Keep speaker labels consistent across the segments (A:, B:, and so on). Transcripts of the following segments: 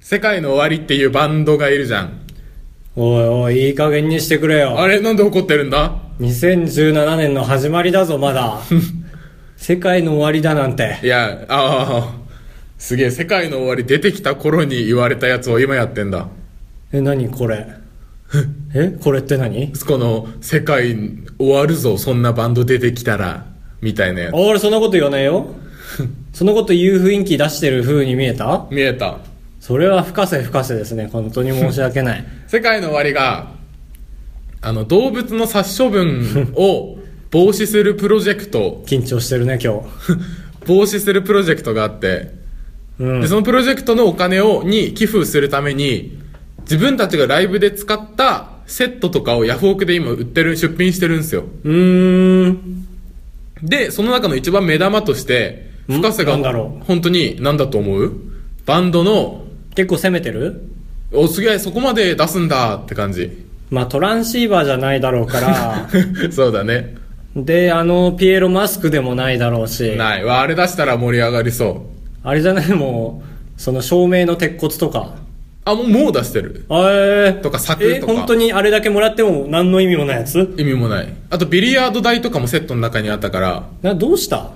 A: 世界の終わりっていうバンドがいるじゃん。
B: おいおい、いい加減にしてくれよ。
A: あれなんで怒ってるんだ
B: 2017年の始まりだぞ、まだ。世界の終わりだなんて。
A: いや、ああ、すげえ、世界の終わり出てきた頃に言われたやつを今やってんだ。
B: え、何これ。えこれって何
A: この、世界終わるぞ、そんなバンド出てきたら、みたいなや
B: あ俺そんなこと言わないよ。そのこと言う雰囲気出してる風に見えた
A: つ。見えた。
B: それは深瀬深瀬ですね。本当に申し訳ない。
A: 世界の終わりが、あの、動物の殺処分を防止するプロジェクト、
B: 緊張してるね、今
A: 防止するプロジェクトがあって、
B: 日。うん
A: で。そのプロジェクトのお金をに寄付するために自分たちがライブで使ったセットとかをヤフオクで今売ってる出品してるんですよ
B: うーん。
A: でその中の一番目玉として
B: ん
A: 深瀬が
B: なんだろう
A: 本当に何だと思うバンドの
B: 結構攻めてる
A: おすげえそこまで出すんだって感じ
B: まあトランシーバーじゃないだろ うから、
A: そうだね
B: で、あの、ピエロマスクでもないだろう し、
A: ないわあれ出したら盛り上がりそう
B: あれじゃないもう、その照明の鉄骨とか、
A: あもうもう出してる
B: えー、
A: とか柵
B: え
A: とか
B: 本当にあれだけもらっても何の意味もないやつ
A: 意味もないあとビリヤード台とかもセットの中にあったから
B: な、どうした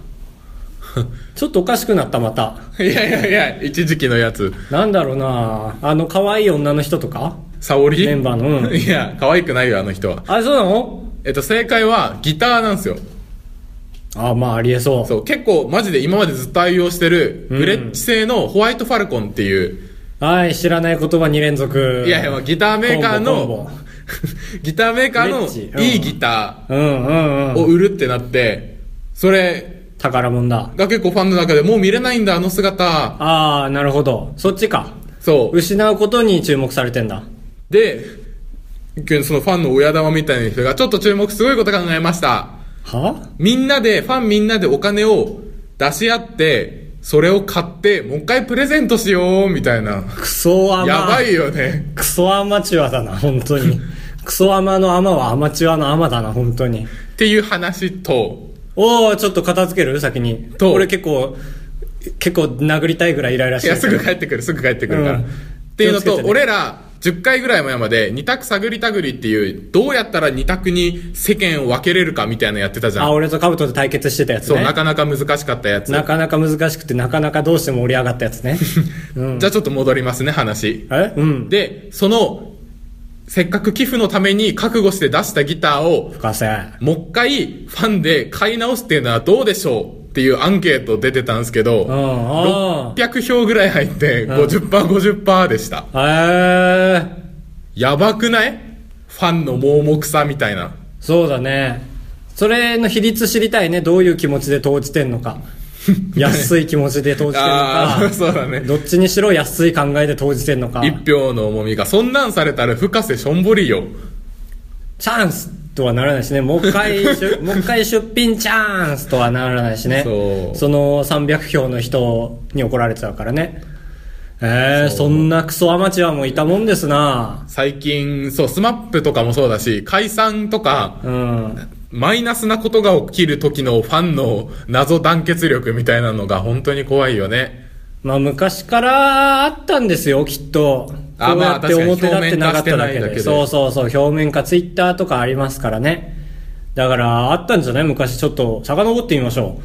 B: ちょっとおかしくなった、また。
A: いやいやいや一時期のやつ
B: なんだろうなあの、可愛い女の人とか
A: 沙織
B: メンバー のうん
A: いや可愛くないよあの人は
B: あれ、そうなの
A: えっと、正解はギターなんですよ。
B: あ、まあ、ありえそう。
A: そう、結構マジで今までずっと愛用してる、
B: うん
A: グレッチ製のホワイトファルコンっていう、
B: はい、知らない言葉2連続。
A: いやいや、まあギターメーカー
B: コンボコン
A: の
B: ボ、
A: ギターメーカー
B: グレッチう
A: の
B: ん
A: いいギタ
B: うんう
A: ー
B: んう
A: を
B: ん。
A: 売るってなって、それ
B: 宝物だ。
A: が結構ファンの中でもう見れないんだ、あの姿。
B: ああ、なるほど。そっちか。
A: そう。
B: 失うことに注目されてんだ。
A: で、そのファンの親玉みたいな人がちょっと注目すごいこと考えました。
B: は
A: みんなで、ファンみんなでお金を出し合って、それを買って、もう一回プレゼントしよう、みたいな。
B: クソアマ。
A: やばいよね。
B: クソアマチュアだな、本 当に。クソアマのアマはアマチュアのアマだな、本当に。
A: っていう話と、
B: おー、ちょっと片付ける先に。
A: と
B: 俺結構、結構殴りたいぐらいイライラし
A: い
B: てる
A: や、
B: けど。
A: すぐ帰ってくる、すぐ帰ってくるから。
B: うん
A: っていうのと
B: 気をつけ、てね
A: 俺ら、10回ぐらい前まで、二択探り探りっていう、どうやったら二択に世間を分けれるかみたいなのやってたじゃ
B: あ、
A: ん。
B: 俺とカブトで対決してたやつ
A: そう、
B: ね。
A: なかなか難しかったやつ。
B: なかなか難しくて、なかなかどうしても盛り上がったやつ ね。うん。
A: じゃあちょっと戻りますね、話。
B: えうん。
A: で、その、せっかく寄付のために覚悟して出したギターを、
B: 深瀬。
A: もう一回ファンで買い直すっていうのはどうでしょうっていうアンケート出てたんですけ
B: うん、
A: ど、
B: あ
A: 600票ぐらい入って50%、50%でした。
B: ー。えー。
A: やばくないファンの盲目さみたいな。
B: そうだねそれの比率知りたいねどういう気持ちで投じてん のか安い気持ちで投じてんの
A: あ
B: か
A: あ、そうだね。
B: どっちにしろ安い考えで投じてんのか
A: 一票の重みが。そんなんされたら深瀬しょんぼりよ。
B: チャンスとはならないしねもう一回 出もう一回出品チャンスとはならないしね
A: そう
B: の300票の人に怒られちゃうからねえー、そんなクソアマチュアもいたもんですな
A: 最近、そう、スマップとかもそうだし、解散とか、
B: うん
A: マイナスなことが起きる時のファンの謎団結力みたいなのが本当に怖いよね。
B: まあ昔からあったんですよ、きっと。
A: あ
B: こう
A: ま
B: や
A: あ
B: って表立ってなかった
A: 確
B: だ
A: かに表面化してない
B: け
A: だけ
B: で。
A: で
B: そうそうそう、表面化ツイッターとかありますからね。だから、あったんじゃない昔ちょっと、遡ってみましょ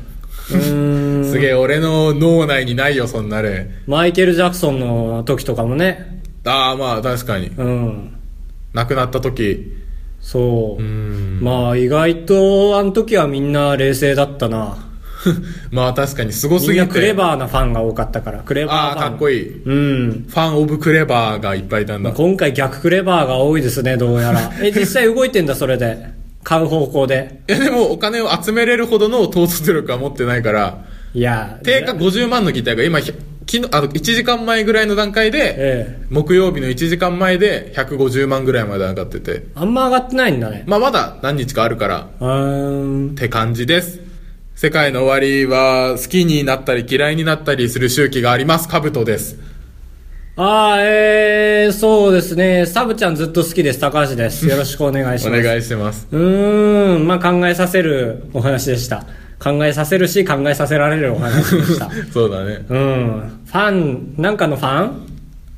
B: う。うーん。
A: すげえ、俺の脳内にないよ、そんな例。
B: マイケル・ジャクソンの時とかもね。
A: ああ、まあ確かに。
B: うん。
A: 亡くなった時。
B: そう。
A: うん。
B: まあ意外と、あの時はみんな冷静だったな。
A: まあ確かに凄すごす
B: みん
A: ぎ
B: な
A: て。
B: クレバーなファンが多かったから。クレバー
A: ああ、
B: ファン。
A: かっこ
B: いい。
A: いい。
B: うん。
A: ファンオブクレバーがいっぱいいたんだ。
B: 今回逆クレバーが多いですね、どうやら。え、実際動いてんだ、それで。買う方向で。
A: いやでもお金を集めれるほどの統率力は持ってないから、
B: いや、
A: 定価50万のギターが今、ひ昨日、あの、1時間前ぐらいの段階で、
B: ええ。
A: 木曜日の1時間前で150万ぐらいまで上がってて、
B: あんま上がってないんだね。
A: まあまだ何日かあるから、
B: うーん
A: っ。て感じです。世界の終わりは好きになったり嫌いになったりする周期があります。カブトです。
B: ああ、えー、そうですね。サブちゃんずっと好きです。高橋です。よろしくお願いし
A: お
B: ます。
A: 願いします。
B: うーん、まあ考えさせるお話でした。考えさせるし、考 えさせられるお話でした。
A: そうだね。
B: うん。ファン、なんかのファン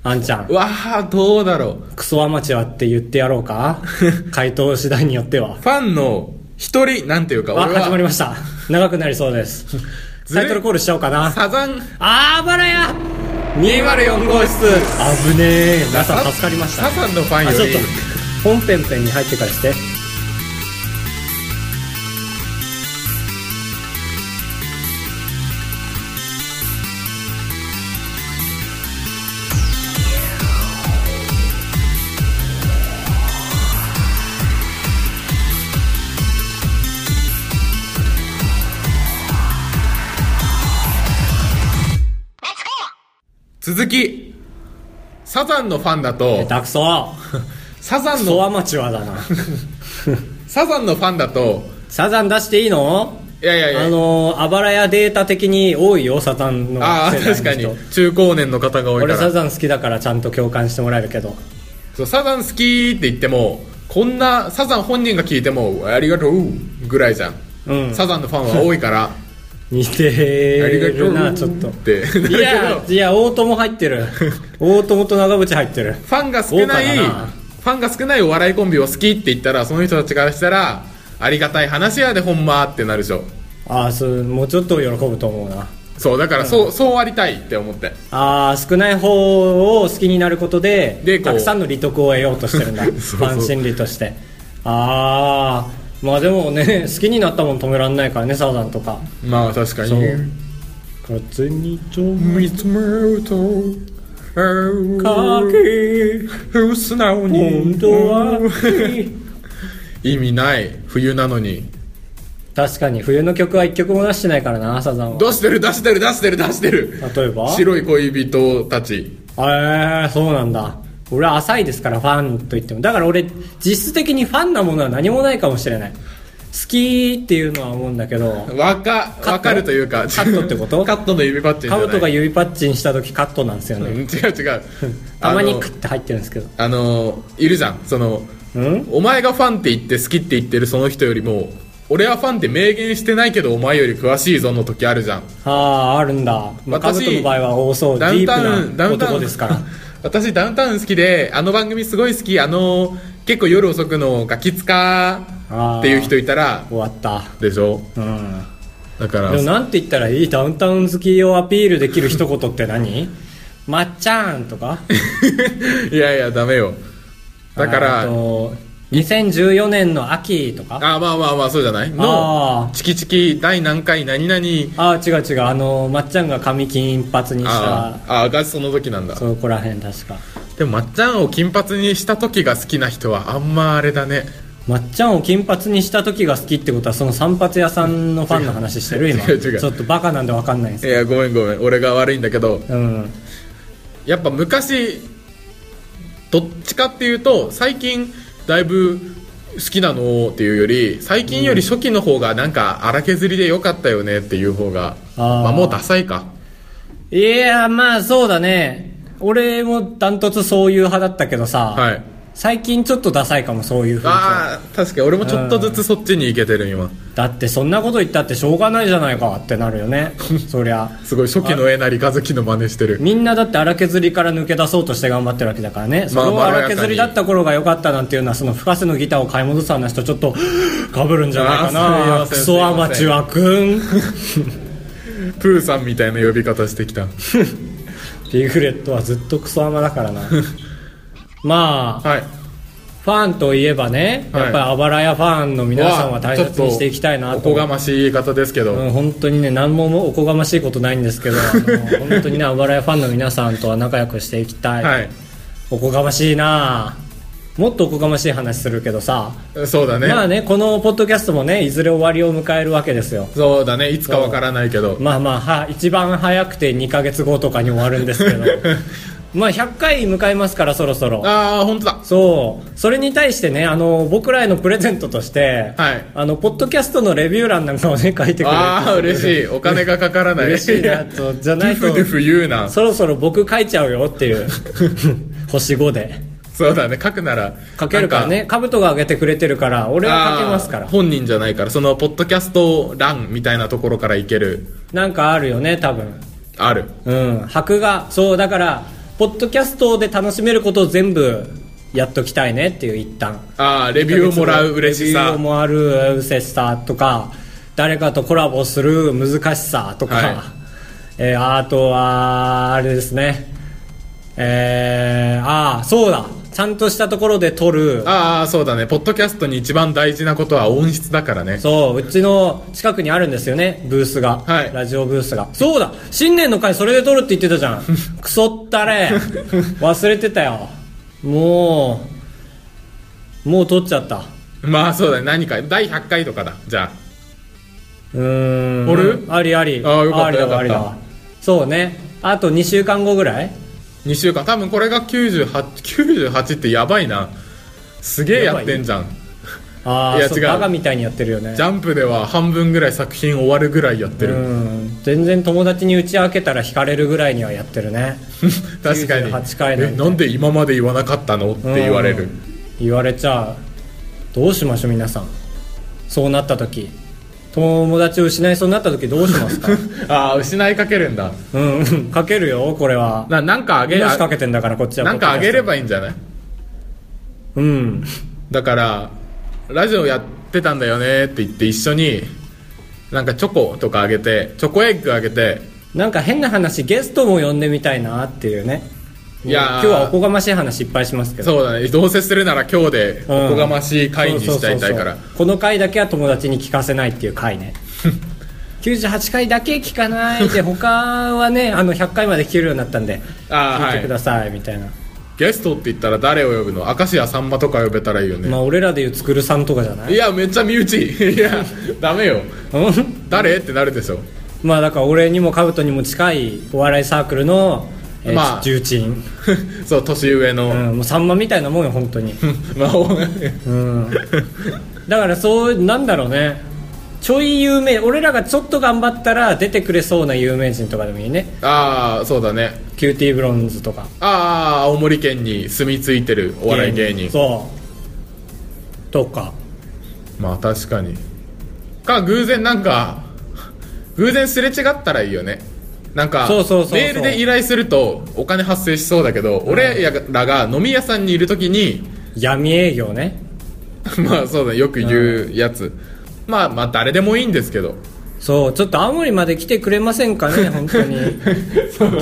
B: あんちゃん
A: う。わあどうだろう
B: クソアマチュアって言ってやろうか回答次第によっては。
A: ファンの一人なんていうか
B: あ、
A: 俺は
B: 始まりました。長くなりそうです。
A: ずれ
B: タイトルコールしちゃおうかな。
A: サザン
B: あーばらや204号室危ねえ皆さん助かりました
A: サザンのファンよ
B: あ
A: り
B: ちょっと本編編に入ってからして
A: 続きサザンのファンだと
B: ダクソ
A: サザン
B: ソ
A: の
B: アマチュアだな
A: サザンのファンだと
B: サザン出していいの
A: いやいやいや
B: あのーあばらやデータ的に多いよサザンの
A: ああ
B: 世代の
A: 確
B: 人
A: かに中高年の方が多いか
B: 俺サ
A: ら
B: ザン好きだからちゃんと共感してもらえるけど
A: そうサザン好きって言ってもこんなサザン本人が聞いてもありがとうぐらいじゃん、
B: うん
A: サザンのファンは多いから
B: 似て
A: ありがと
B: る
A: う
B: なちょっと
A: って
B: いやいや大友 入ってる大友と長渕入ってる
A: ファンが少ない、
B: 豪華だな
A: ファンが少ないお笑いコンビを好きって言ったら、その人たちからしたら、ありがたい話やで、ほんまってなるでしょ。
B: ああそうもうちょっと喜ぶと思うな
A: そう、だから、そう、そうありたいって思って。
B: ああ少ない方を好きになることで
A: でこう
B: たくさんの利得を得ようとしてるん だ
A: そうそう
B: ファン心理としてああまあでもね好きになったもん止めらんないからねサザンとか
A: まあ、確かに。
B: そう風にちょ
A: 見つめると、
B: かけ
A: 素直
B: 本当は
A: 意味ない冬なのに
B: 確かに冬の曲は一曲も出してないからなサザンは
A: 出してる出してる出してる出してる
B: 例えば
A: 白い恋人たち
B: ええそうなんだ俺は浅いですからファンと言ってもだから俺実質的にファンなものは何もないかもしれない好きっていうのは思うんだけど
A: わか
B: ト
A: わかるというか
B: カットってこ と
A: カットの指パッチンじゃ
B: カ
A: ない
B: ブトが指パッチンした時カットなんですよ
A: うん
B: ね
A: 違う違う
B: たま
A: あ
B: に
A: の
B: クッて入ってるんですけど
A: あのいるじゃんその
B: うん
A: お前がファンって言って好きって言ってるその人よりも俺はファンって明言してないけどお前より詳しいぞの時あるじゃん
B: あああるんだまあカブ
A: 私
B: トの場合は多そうデ
A: ダウ
B: ィ
A: ンタウ
B: ー
A: ン
B: プ
A: ダ
B: な
A: ウンタウ
B: 男
A: ン
B: ですから
A: 私ダウンタウン好きであの番組すごい好きあの結構夜遅くのガキツカっていう人いたら
B: 終わった
A: でしょ
B: うん
A: だから
B: でもなんて言ったらいいダウンタウン好きをアピールできる一言って何 まっちゃんとか
A: いやいやダメよだか
B: あ
A: ら
B: と2014年の秋とか
A: あまあまあまあそうじゃないの
B: あ
A: チキチキ第何回何々
B: ああ違う違うあのまっちゃんが髪金髪にし
A: あ
B: た
A: ーあーがその時なんだ
B: そこら辺確か
A: でもまっちゃんを金髪にした時が好きな人はあんまあれだね
B: まっちゃんを金髪にした時が好きってことはその散髪屋さんのファンの話してる今
A: 違う違う
B: ちょっとバカなんで分かんないんです
A: い
B: け
A: やごめんごめん俺が悪いんだけど
B: どうん
A: やっぱ昔どっちかっていうと最近だいぶ好きなのっていうより最近より初期の方がなんか荒削りで良かったよねっていう方が、
B: あー
A: まあもうダサいか
B: いやまあそうだね俺もダントツそういう派だったけどさ、
A: はい
B: 最近ちょっとダサいかもそういう風潮
A: ああ確かに俺もちょっとずつそっちに行けてる今
B: だってそんなこと言ったってしょうがないじゃないかってなるよ ねそりゃ
A: すごい初期のえなり和樹の真似してる
B: みんなだって荒削りから抜け出そうとして頑張ってるわけだからね、
A: まあ
B: それを
A: まろや
B: 荒
A: かに
B: 削りだった頃が良かったなんていうのはその深瀬のギターを買い戻す話とちょっとかぶるんじゃないか
A: あすいま
B: な
A: せん
B: クソアマチュアく ん
A: プーさんみたいな呼び方してきた
B: ピグレットはずっとクソアマ だからなまあ
A: はい
B: ファンといえばね
A: はい
B: やっぱりあばらやファンの皆さんは大切にしていきたいな
A: お
B: と
A: こがましい言い方ですけど、
B: うん、本当にね何もおこがましいことないんです けどあの本当にねあばらやファンの皆さんとは仲良くしていきたい、
A: はい
B: おこがましいなあもっとおこがましい話するけどさ、
A: そうだね、
B: まあねこのポッドキャストもねいずれ終わりを迎えるわけですよ
A: そうだねいつかわからないけど
B: まあまあは一番早くて2ヶ月後とかに終わるんです けどまあ100回迎えますからそろそろ
A: ああ本当だ
B: そうそれに対してねあの僕らへのプレゼントとして、
A: はい
B: あのポッドキャストのレビュー欄なんかをね書いてくれて
A: ああ嬉
B: い
A: しいお金がかからない
B: 嬉しいなとじゃないと
A: ドゥフドゥフ言うな
B: そろそろ僕書いちゃうよっ ていう星5で
A: そうだね書くなら
B: 書けるからねかぶとが上げてくれてるから俺
A: なん
B: は書けますか
A: あ
B: ら
A: ー本人じゃないからそのポッドキャスト欄みたいなところからいける
B: なんかあるよね多分
A: ある
B: うん箔がそうだからポッドキャストで楽しめることを全部やっときたいねっていう一旦
A: ああレビューをもらう嬉し
B: レビュー
A: さ
B: をもらう嬉しさとか誰かとコラボする難しさとか、
A: はい
B: えーあとはあれですねえー、ああそうだちゃんとしたところで撮る
A: ああそうだねポッドキャストに一番大事なことは音質だからね
B: そううちの近くにあるんですよねブースが、
A: はい
B: ラジオブースがそうだ新年の会それで撮るって言ってたじ ゃんクソったれ忘れてたよもうもう撮っちゃった
A: まあそうだね何か第100回とかだじゃ
B: うーん
A: あれ
B: ありあり
A: あーよかった
B: りだ
A: よか
B: わ
A: った
B: ありだわそうねあと2週間後ぐらい
A: あ2週間多分これが9898ってやばいなすげえやってんじゃん
B: あ
A: い
B: あ
A: や
B: そう
A: 違う
B: バカみたいにやってるよね
A: ジャンプでは半分ぐらい作品終わるぐらいやって
B: う
A: る、
B: ん全然友達に打ち明けたら惹かれるぐらいにはやってるね
A: 確かに
B: 98回なん
A: え
B: て
A: なんで今まで言わなかったのって言われる、
B: うん言われちゃうどうしましょう皆さんそうなった時友達を失いそうになった時どうし ますか
A: ああ失いかけるんだ
B: うんうんかけるよこれは
A: ななんかあげ
B: 命
A: あ
B: かけてんだからこっちは
A: なんかあげれば
B: いい
A: いいんじゃない
B: うん
A: だからラジオやってたんだよねって言って一緒になんかチョコとかあげてチョコエッグあげて
B: なんか変な話ゲストも呼んでみたいなっていうね
A: いやー
B: 今日はおこがましい話いっぱいしますけど
A: そうだねどうせするなら今日で
B: うん
A: おこがましい会にしちゃいたいから
B: そうそうそうそうこの回だけは友達に聞かせないっていう回ね 98回だけ聞かないで他はねあの100回まで聞けるようになったんで
A: あー
B: 聞いてく
A: は
B: ださいみたいな、
A: いゲストって言ったら誰を呼ぶの明石家さんまとか呼べたらいいよね
B: まあ俺らでいうつくるさんとかじゃない
A: いやめっちゃ身内 いやダメよ
B: うん
A: 誰ってなるでしょ
B: まあだから俺にもカブトにも近いお笑いサークルの、えー
A: まあ
B: 重鎮、
A: そう年上の、
B: うん、もうさんまみたいなもんよ本当に
A: まあお
B: うんだからそうなんだろうねちょい有名俺らがちょっと頑張ったら出てくれそうな有名人とかでもいいね
A: ああそうだね
B: キューティーブロンズとか
A: ああ青森県に住み着いてるお笑い芸人
B: そうとか
A: まあ確かにか偶然なんか偶然すれ違ったらいいよねなんか
B: そうそうそうそう
A: メールで依頼するとお金発生しそうだけど、俺らが飲み屋さんにいる時に
B: 闇営業ね
A: まあそうだねよく言うやつ、まあまあ誰でもいいんですけど
B: そうちょっと青森まで来てくれませんかね本 当に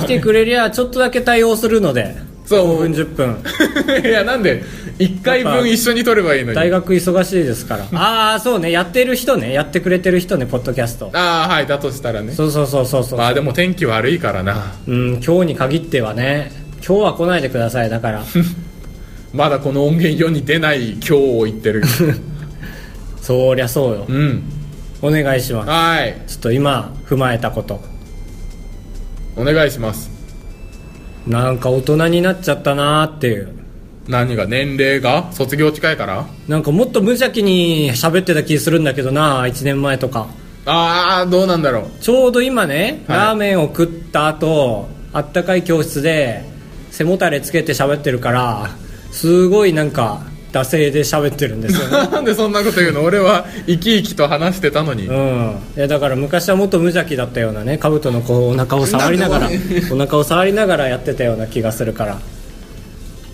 B: 来てくれりゃちょっとだけ対応するので
A: そ
B: 5
A: う
B: 分10分
A: いやなんで1回分一緒に取ればいいの
B: 大
A: に
B: 学忙しいですから ああそうねやってる人ねやってくれてる人ねポッドキャスト
A: ああはいだとしたらね
B: そうそうそうそうそう、
A: まあでも天気悪いからな
B: うん今日に限ってはね今日は来ないでくださいだから
A: まだこの音源世に出ない今日を言 ってる
B: そりゃそうよ
A: うん
B: お願いしま
A: はい
B: すちょっと今踏まえたこと
A: お願いします
B: なんか大人になっちゃったなーっていう
A: 何が年齢が卒業近いから
B: なんかもっと無邪気に喋ってた気するんだけどな1年前とか
A: ああどうなんだろう
B: ちょうど今ね、
A: はい
B: ラーメンを食った後あったかい教室で背もたれつけて喋ってるからすごいなんか惰性で喋ってる んですよね
A: なんでそんなこと言うの俺は生き生きと話してたのに、
B: うんいやだから昔はもっと無邪気だったようなね兜のこうお腹を触りながら
A: なんで
B: お腹を触りながらやってたような気がするから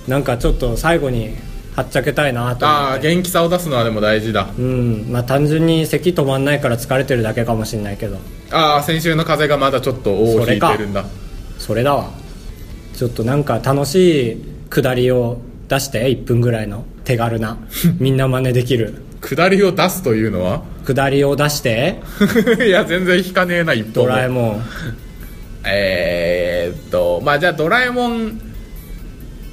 B: なんかちょっと最後にはっちゃけたいなと
A: あ
B: 思
A: あ
B: って
A: 元気さを出すのはでも大事だ
B: うんまあ単純に咳止まんないから疲れてるだけかもしんないけど
A: ああ先週の風がまだちょっと尾を引いてるんだ
B: それだわちょっとなんか楽しい下りを出して1分ぐらいの手 軽なみんな真似できる
A: 下りを出すというのは
B: 下りを出して
A: いや全然引かねえな一歩
B: ド
A: も
B: ラえもん
A: えー、っとまあじゃあドラえもん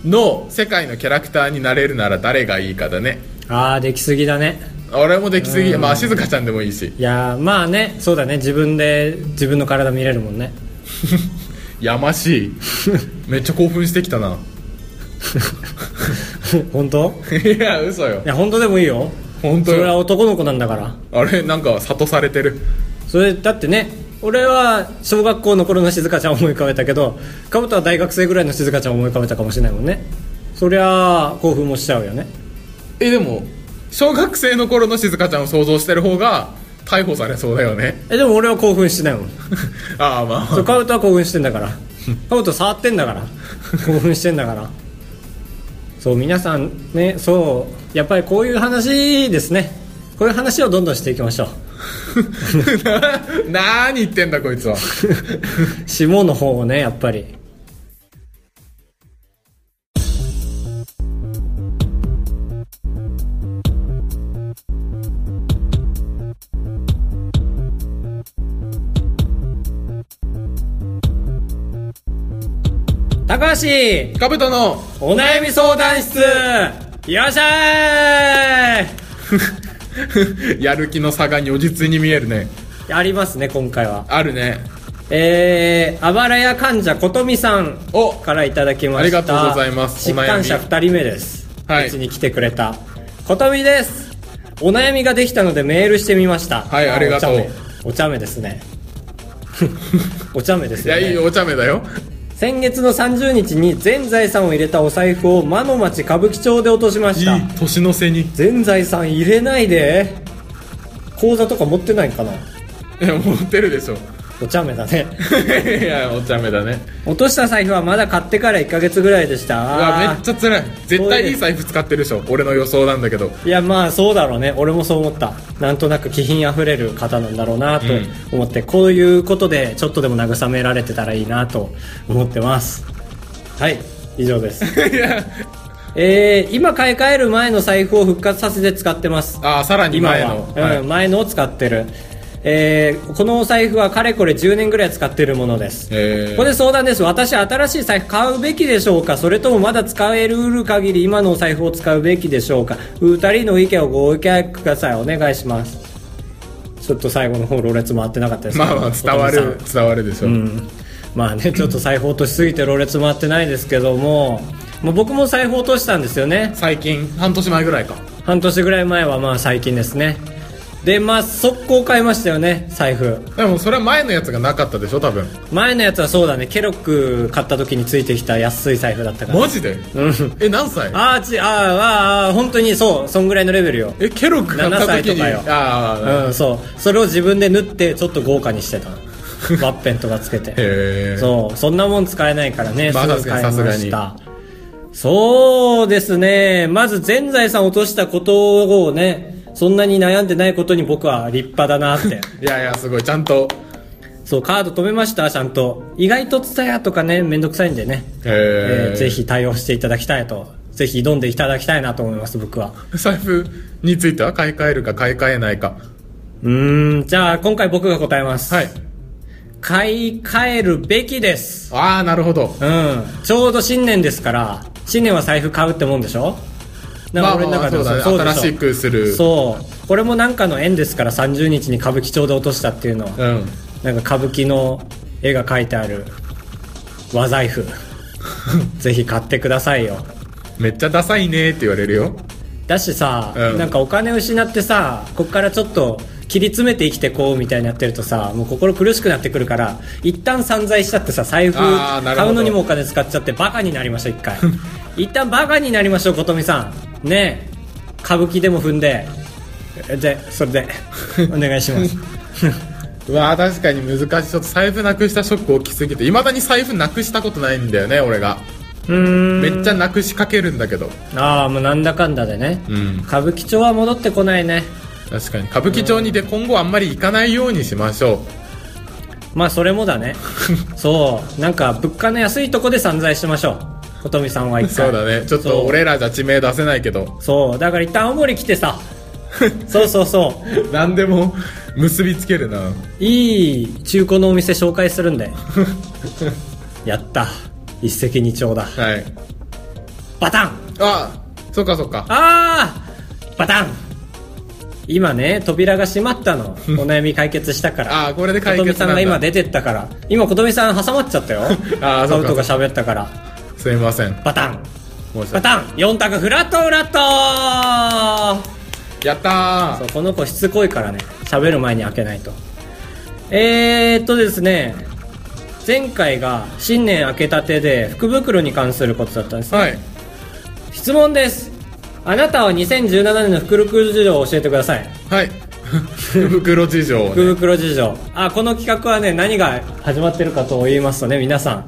A: の世界のキャラクターになれるなら誰がいいかだね
B: ああできすぎだね
A: 俺もできすぎまあ静香ちゃんでもいいし
B: いやーまあねそうだね自分で自分の体見れるもんね
A: やましいめっちゃ興奮してきたな
B: 本当
A: いや嘘よ
B: いや本当でもいいよ
A: 本当
B: それは
A: よ
B: 男の子なんだから
A: あれなんか諭されてる
B: それだってね俺は小学校の頃の静香ちゃんを思い浮かべたけどカブトは大学生ぐらいの静香ちゃんを思い浮かべたかもしれないもんねそりゃあ興奮もしちゃうよね
A: えでも小学生の頃の静香ちゃんを想像してる方が逮捕されそうだよね
B: えでも俺は興奮してないもん
A: ああま
B: そ
A: あ
B: うカブトは興奮してんだからカブト触ってんだから興奮してんだからそう皆さんねそうやっぱりこういう話ですねこういう話をどんどんしていきましょう
A: な 何言ってんだこいつは
B: 下の方をねやっぱり高橋
A: カブトの
B: お悩み相談室いらっしゃい
A: やる気の差が如実に見えるね
B: ありますね今回は
A: あるね
B: えー、あばらや患者ことみさん
A: お
B: からいただきました
A: ありがとうございます
B: 疾患者
A: お悩み
B: 2人目です
A: はいう
B: ちに来てくれたことみですお悩みができたのでメールしてみました
A: はいありがとう
B: お茶目お茶目で すねお茶目です
A: い
B: よ
A: や
B: ね
A: いいお茶目だよ
B: 先月の30日に全財産を入れたお財布を魔の町歌舞伎町で落としま
A: いい
B: した
A: 年の瀬に
B: 全財産入れないで口座とか持ってないんかない
A: や持ってるでしょ
B: お茶目だね
A: いやお茶目だね
B: 落とした財布はまだ買ってから1ヶ月ぐらいでし
A: うわ
B: た
A: めっちゃ辛い絶対いい財布使ってるでしょ俺の予想なんだけど
B: いやまあそうだろうね俺もそう思ったなんとなく気品あふれる方なんだろうなと
A: うん
B: 思って、こういうことでちょっとでも慰められてたらいいなと思ってますはい以上で す
A: いや
B: えー、今買い替える前の財布を復活させて使ってます
A: あさらに
B: 今は
A: 前の
B: うん
A: はい
B: 前のを使ってる、えーこのお財布はかれこれ10年ぐらい使ってるものです、
A: え
B: ここ
A: ー
B: で相談です私新しい財布買うべきでしょうかそれともまだ使える限り今のお財布を使うべきでしょうか2人の意見をご意見くださいお願いしますちょっと最後の方ろれつ回ってなかったですけ
A: まあ
B: ど
A: まあ伝わ
B: お父
A: る
B: さん
A: 伝わるでしょ
B: うんまあねちょっと財布落としすぎてろれつ回ってないですけどももう僕も財布落としたんですよね
A: 最近半年前ぐらいか
B: 半年ぐらい前はまあ最近ですねでまあ速攻買いましたよね財布
A: でもそれは前のやつがなかったでしょ多分
B: 前のやつはそうだねケロック買った時についてきた安い財布だったから、
A: マジで
B: うん
A: え何歳
B: あーちあーあーあー本当にそうそんぐらいのレベルよ
A: えケロック買った時
B: 7歳
A: に
B: とかよ
A: ああ
B: うんそうそれを自分で縫ってちょっと豪華にし てたワッペンとかつけて
A: へえ
B: そうそんなもん使えないからね、
A: まあ
B: すぐ買いま
A: さす
B: し
A: が
B: たそうですねまず全財産落としたことをねそんなに悩んでないことに僕は立派だなって
A: いやいやすごいちゃんと
B: そうカード止めましたちゃんと意外とツタヤとかねめんどくさいんでね、
A: へえ
B: えーぜひ対応していただきたいとぜひ挑んでいただきたいなと思います僕は
A: 財布については買い替えるか買い替えないか
B: うーん、じゃあ今回僕が答えます。
A: はい
B: 買い替えるべきです。
A: ああなるほど
B: うん。ちょうど新年ですから、新年は財布買うってもんでしょなん
A: ま
B: か
A: あ
B: 俺の
A: ま
B: 中
A: あそ
B: で
A: うだ
B: は
A: ね
B: そう
A: 新し
B: で
A: くす
B: しょ
A: る
B: そう。これもなんかの縁ですから30日に歌舞伎町で落としたっていうのは、
A: うん
B: なんか歌舞伎の絵が描いてある和財 布。ぜひ買ってくださいよ。
A: めっちゃダサいねって言われるよ
B: だしさ、
A: うん
B: なんかお金失ってさこっからちょっと切り詰めて生きてこうみたいになってるとさもう心苦しくなってくるから一旦散財しちゃってさ財布
A: あーなるほど
B: 買うのにもお金使っちゃってバカになりましょう 一回一旦バカになりましょう琴美さんねえ歌舞伎でも踏んでで それでお願いします
A: うわー確かに難しいちょっと財布なくしたショック大きすぎていまだに財布なくしたことないんだよね俺が
B: うーん
A: めっちゃなくしかけるんだけど
B: ああもうなんだかんだでね、
A: うん
B: 歌舞伎町は戻ってこないね
A: 確かに歌舞伎町にで今後あんまり行かないようにしましょ
B: まあそれもだ ねそうなんか物価の安いとこで散財しましょう琴美さんは
A: う
B: 一回
A: そうだねちょっと俺らじゃ地名出せないけ ど
B: そうだから一旦青森来 てさそうそうそ
A: 何でも結びつけるな
B: ういい中古のお店紹介するんで やった一石二鳥だ
A: はい
B: バタン
A: あそっかそっか
B: あーバタン今ね扉が閉まっ たのお悩み解決したから
A: あーこれで解
B: 琴美
A: 決
B: さ
A: なん
B: ん
A: だ
B: が今出てったから今琴美さん挟まっちゃったよ
A: あー
B: カ
A: そう
B: ブ
A: か
B: トが喋ったから
A: すいません
B: バタン
A: 申し
B: パ
A: 訳
B: ターン4択フラットフラット
A: やった
B: そ
A: ー
B: うこの子しつこいからね喋る前に開けないとえー、っとですね前回が新年明けたてで福袋に関することだったんですね、
A: はい
B: 質問ですあなたは2017年の福袋事情を教えてください
A: はい福袋事情をね
B: 福袋事情あこの企画はね何が始まってるかと言いますとね皆さん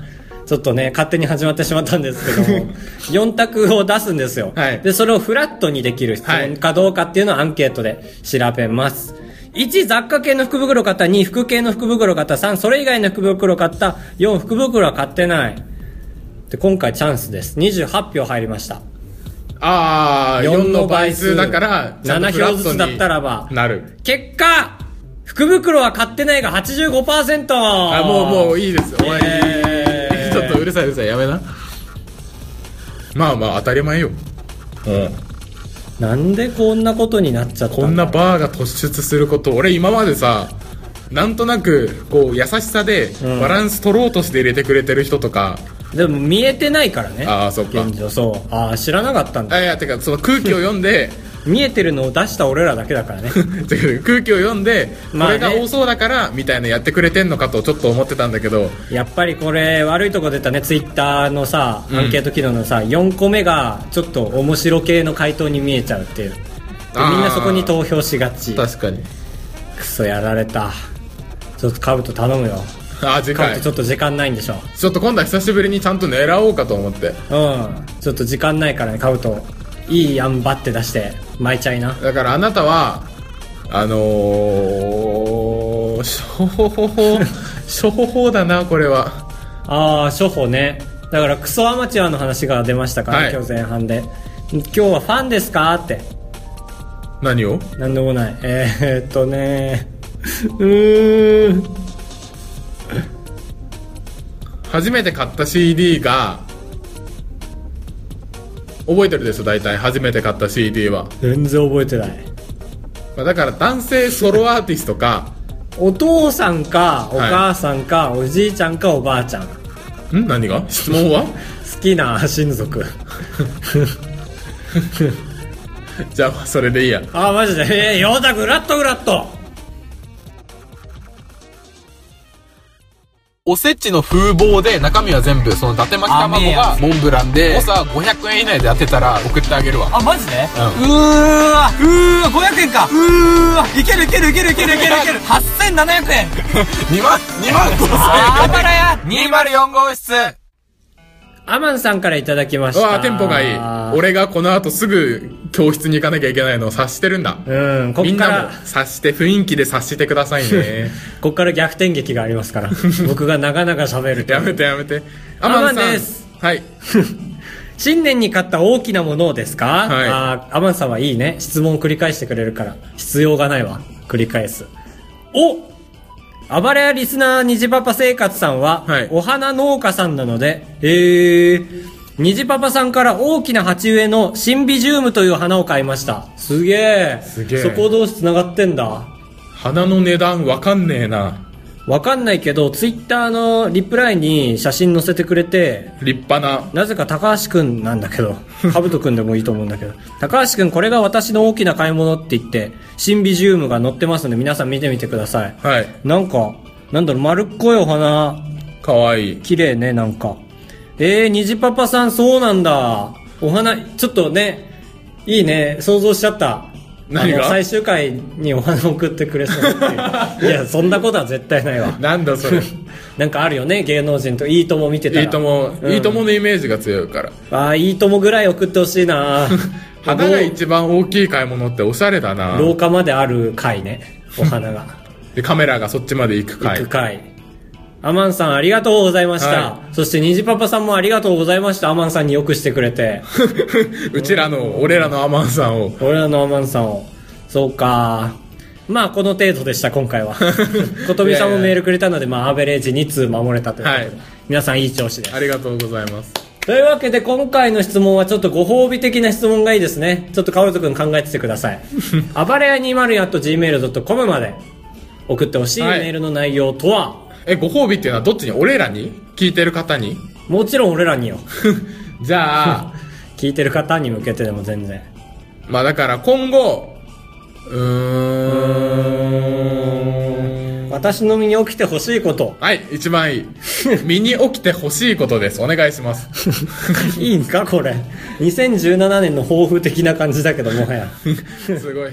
B: ちょっとね、勝手に始まってしまったんですけども、4択を出すんですよ。
A: はい
B: で、それをフラットにできる質問かどうかっていうのをアンケートで調べます。1、雑貨系の福袋買った。2、服系の福袋買った。3、それ以外の福袋買った。4、福袋は買ってない。で、今回チャンスです。28票入りました。
A: ああ4
B: 4
A: の
B: の
A: 倍
B: 倍数
A: 数だからちゃんとフラットに
B: 7票ずつだったらば
A: なる
B: 結果福袋は買ってないが85%
A: あ
B: あ
A: もうもういいです終わり
B: えー
A: ちょっとうるさいうるさいやめなまあまあ当たり前ようん
B: なんでこんなことになっちゃった
A: こんなバーが突出すること俺今までさなんとなくこう優しさで
B: うん
A: バランス取ろうとして入れてくれてる人とか、
B: でも見えてないからね
A: ああそっか
B: 現状そうああ知らなかったんだ
A: あいやてかその空気を読ん で
B: 見えてるのを出した俺らだけだから ね
A: てか空気を読んで、
B: まあね
A: これが多そうだからみたいなやってくれてんのかとちょっと思ってたんだけど
B: やっぱりこれ悪いとこ出たねツイッターのさ
A: うん
B: アンケート機能のさ、4個目がちょっと面白系の回答に見えちゃうっていうで
A: あー
B: みんなそこに投票しがち
A: 確かに
B: クソやられたちょっとカブト頼むよ
A: あ次
B: カブ
A: 回
B: トちょっと時間ないんでしょ
A: ちょっと今度は久しぶりにちゃんと狙おうかと思って
B: うんちょっと時間ないからねカブトいいあんばって出して巻いちゃいな
A: だからあなたはあのー、しょほほほしょほほだなこれは
B: ああ処方ねだからクソアマチュアの話が出ましたから、
A: はい
B: 今日前半で今日はファンですかって
A: 何を
B: なんでもないえー、っとねうーん
A: 初めて買った CD が覚えてるでしょ大体初めて買った CD は、
B: 全然覚えてない
A: まあだから男性ソロアーティストか
B: お父さんかお
A: はい
B: 母さんか、おじいちゃんかおばあちゃん好
A: ん何 が質問は
B: きな親族
A: じゃあそれでいいや
B: ああマジでえー、ようたぐらっとぐらっと
A: おせちの風貌で中身は全部その伊達巻き卵がモンブランで誤差500円以内で当てたら送ってあげるわ
B: あマジで、
A: う
B: うーわうーわ500円かうーわいけるいけるいけるいけるいけるい ける8700円
A: 2万2万
B: あばらや
A: 5000円204号室
B: アマンさんからいただきまし
A: う
B: た
A: わテンポがいい俺がこの後すぐ教室に行かなきゃいけないのを察してるんだ
B: うんこ
A: み
B: っ
A: ん
B: か
A: なも
B: ら
A: 察して雰囲気で察してください ね
B: こっから逆転劇がありますから 僕が長々喋ると
A: やめてやめてア
B: アマンです
A: はい
B: 新年に買った大きなものですか、
A: はい
B: あーアマンさんはいいね質問を繰り返してくれるから必要がないわ繰り返すお暴れ屋リスナーにじパパ生活さんは、
A: はい
B: お花農家さんなのでえー、にじパパさんから大きな鉢植えのシンビジウムという花を買いましたすげえ
A: すげえ
B: そこ同士つながってんだ
A: 花の値段わかんねえな
B: わかんないけどツイッターのリプライに写真載せてくれて
A: 立派な
B: なぜか高橋くんなんだけ ど、かぶとくんでもいいと思うんだけど、高橋くんこれが私の大きな買い物って言って、シンビジウムが載ってますので皆さん見てみてください。
A: はい
B: なんか、なんだろう、丸っこいお花、
A: かわいい
B: 綺麗ね、なんか。えー、虹パパさんそうなんだ。お花、ちょっとね、いいね、想像しちゃった。
A: 何が
B: あの最終回にお花送ってくれそうっていう いや、そんなことは絶対ないわ。
A: なんだそれ
B: なんかあるよね、芸能人と。いいとも見てたら。
A: いいとも、
B: うん
A: いいとものイメージが強いから
B: ああ、いいともぐらい送ってほしいな
A: 花が一番大きい買い物っておしゃれだな
B: 廊下まである回ね。お 花が。
A: でカメラがそっちまで行く
B: 行
A: 回
B: く回。アマンさんありがとうございました。
A: は
B: そして、虹パパさんもありがとうございました。アマンさんによくしてくれて。
A: うちらの俺らのアマンさんを
B: 俺らのアマンさんを。そうか。まあ、この程度でした、今 回は。ことみさんもメールくれたので、まあ、アベレージ2通守れたということで。
A: はい
B: 皆さんいい調子です
A: あ。りがとうございます
B: というわけで、今回の質問はちょっとご褒美的な質問がいいですね。ちょっとカオルト君考えててく ださい。暴れや 204.gmail.com まで送ってほしい
A: はい
B: メールの内容とは、
A: えご褒美っていうのはどっちに俺らに聞いてる方に
B: もちろん俺らによ。
A: じゃあ
B: 聞いてる方に向けてでも全然。
A: まあだから今後うーん
B: 私の身に起きてほしいこと。
A: はい一番い い身に起きてほしいことですお願いします
B: いいんかこれ。2017年の抱負的な感じだけど、もはや。
A: すごい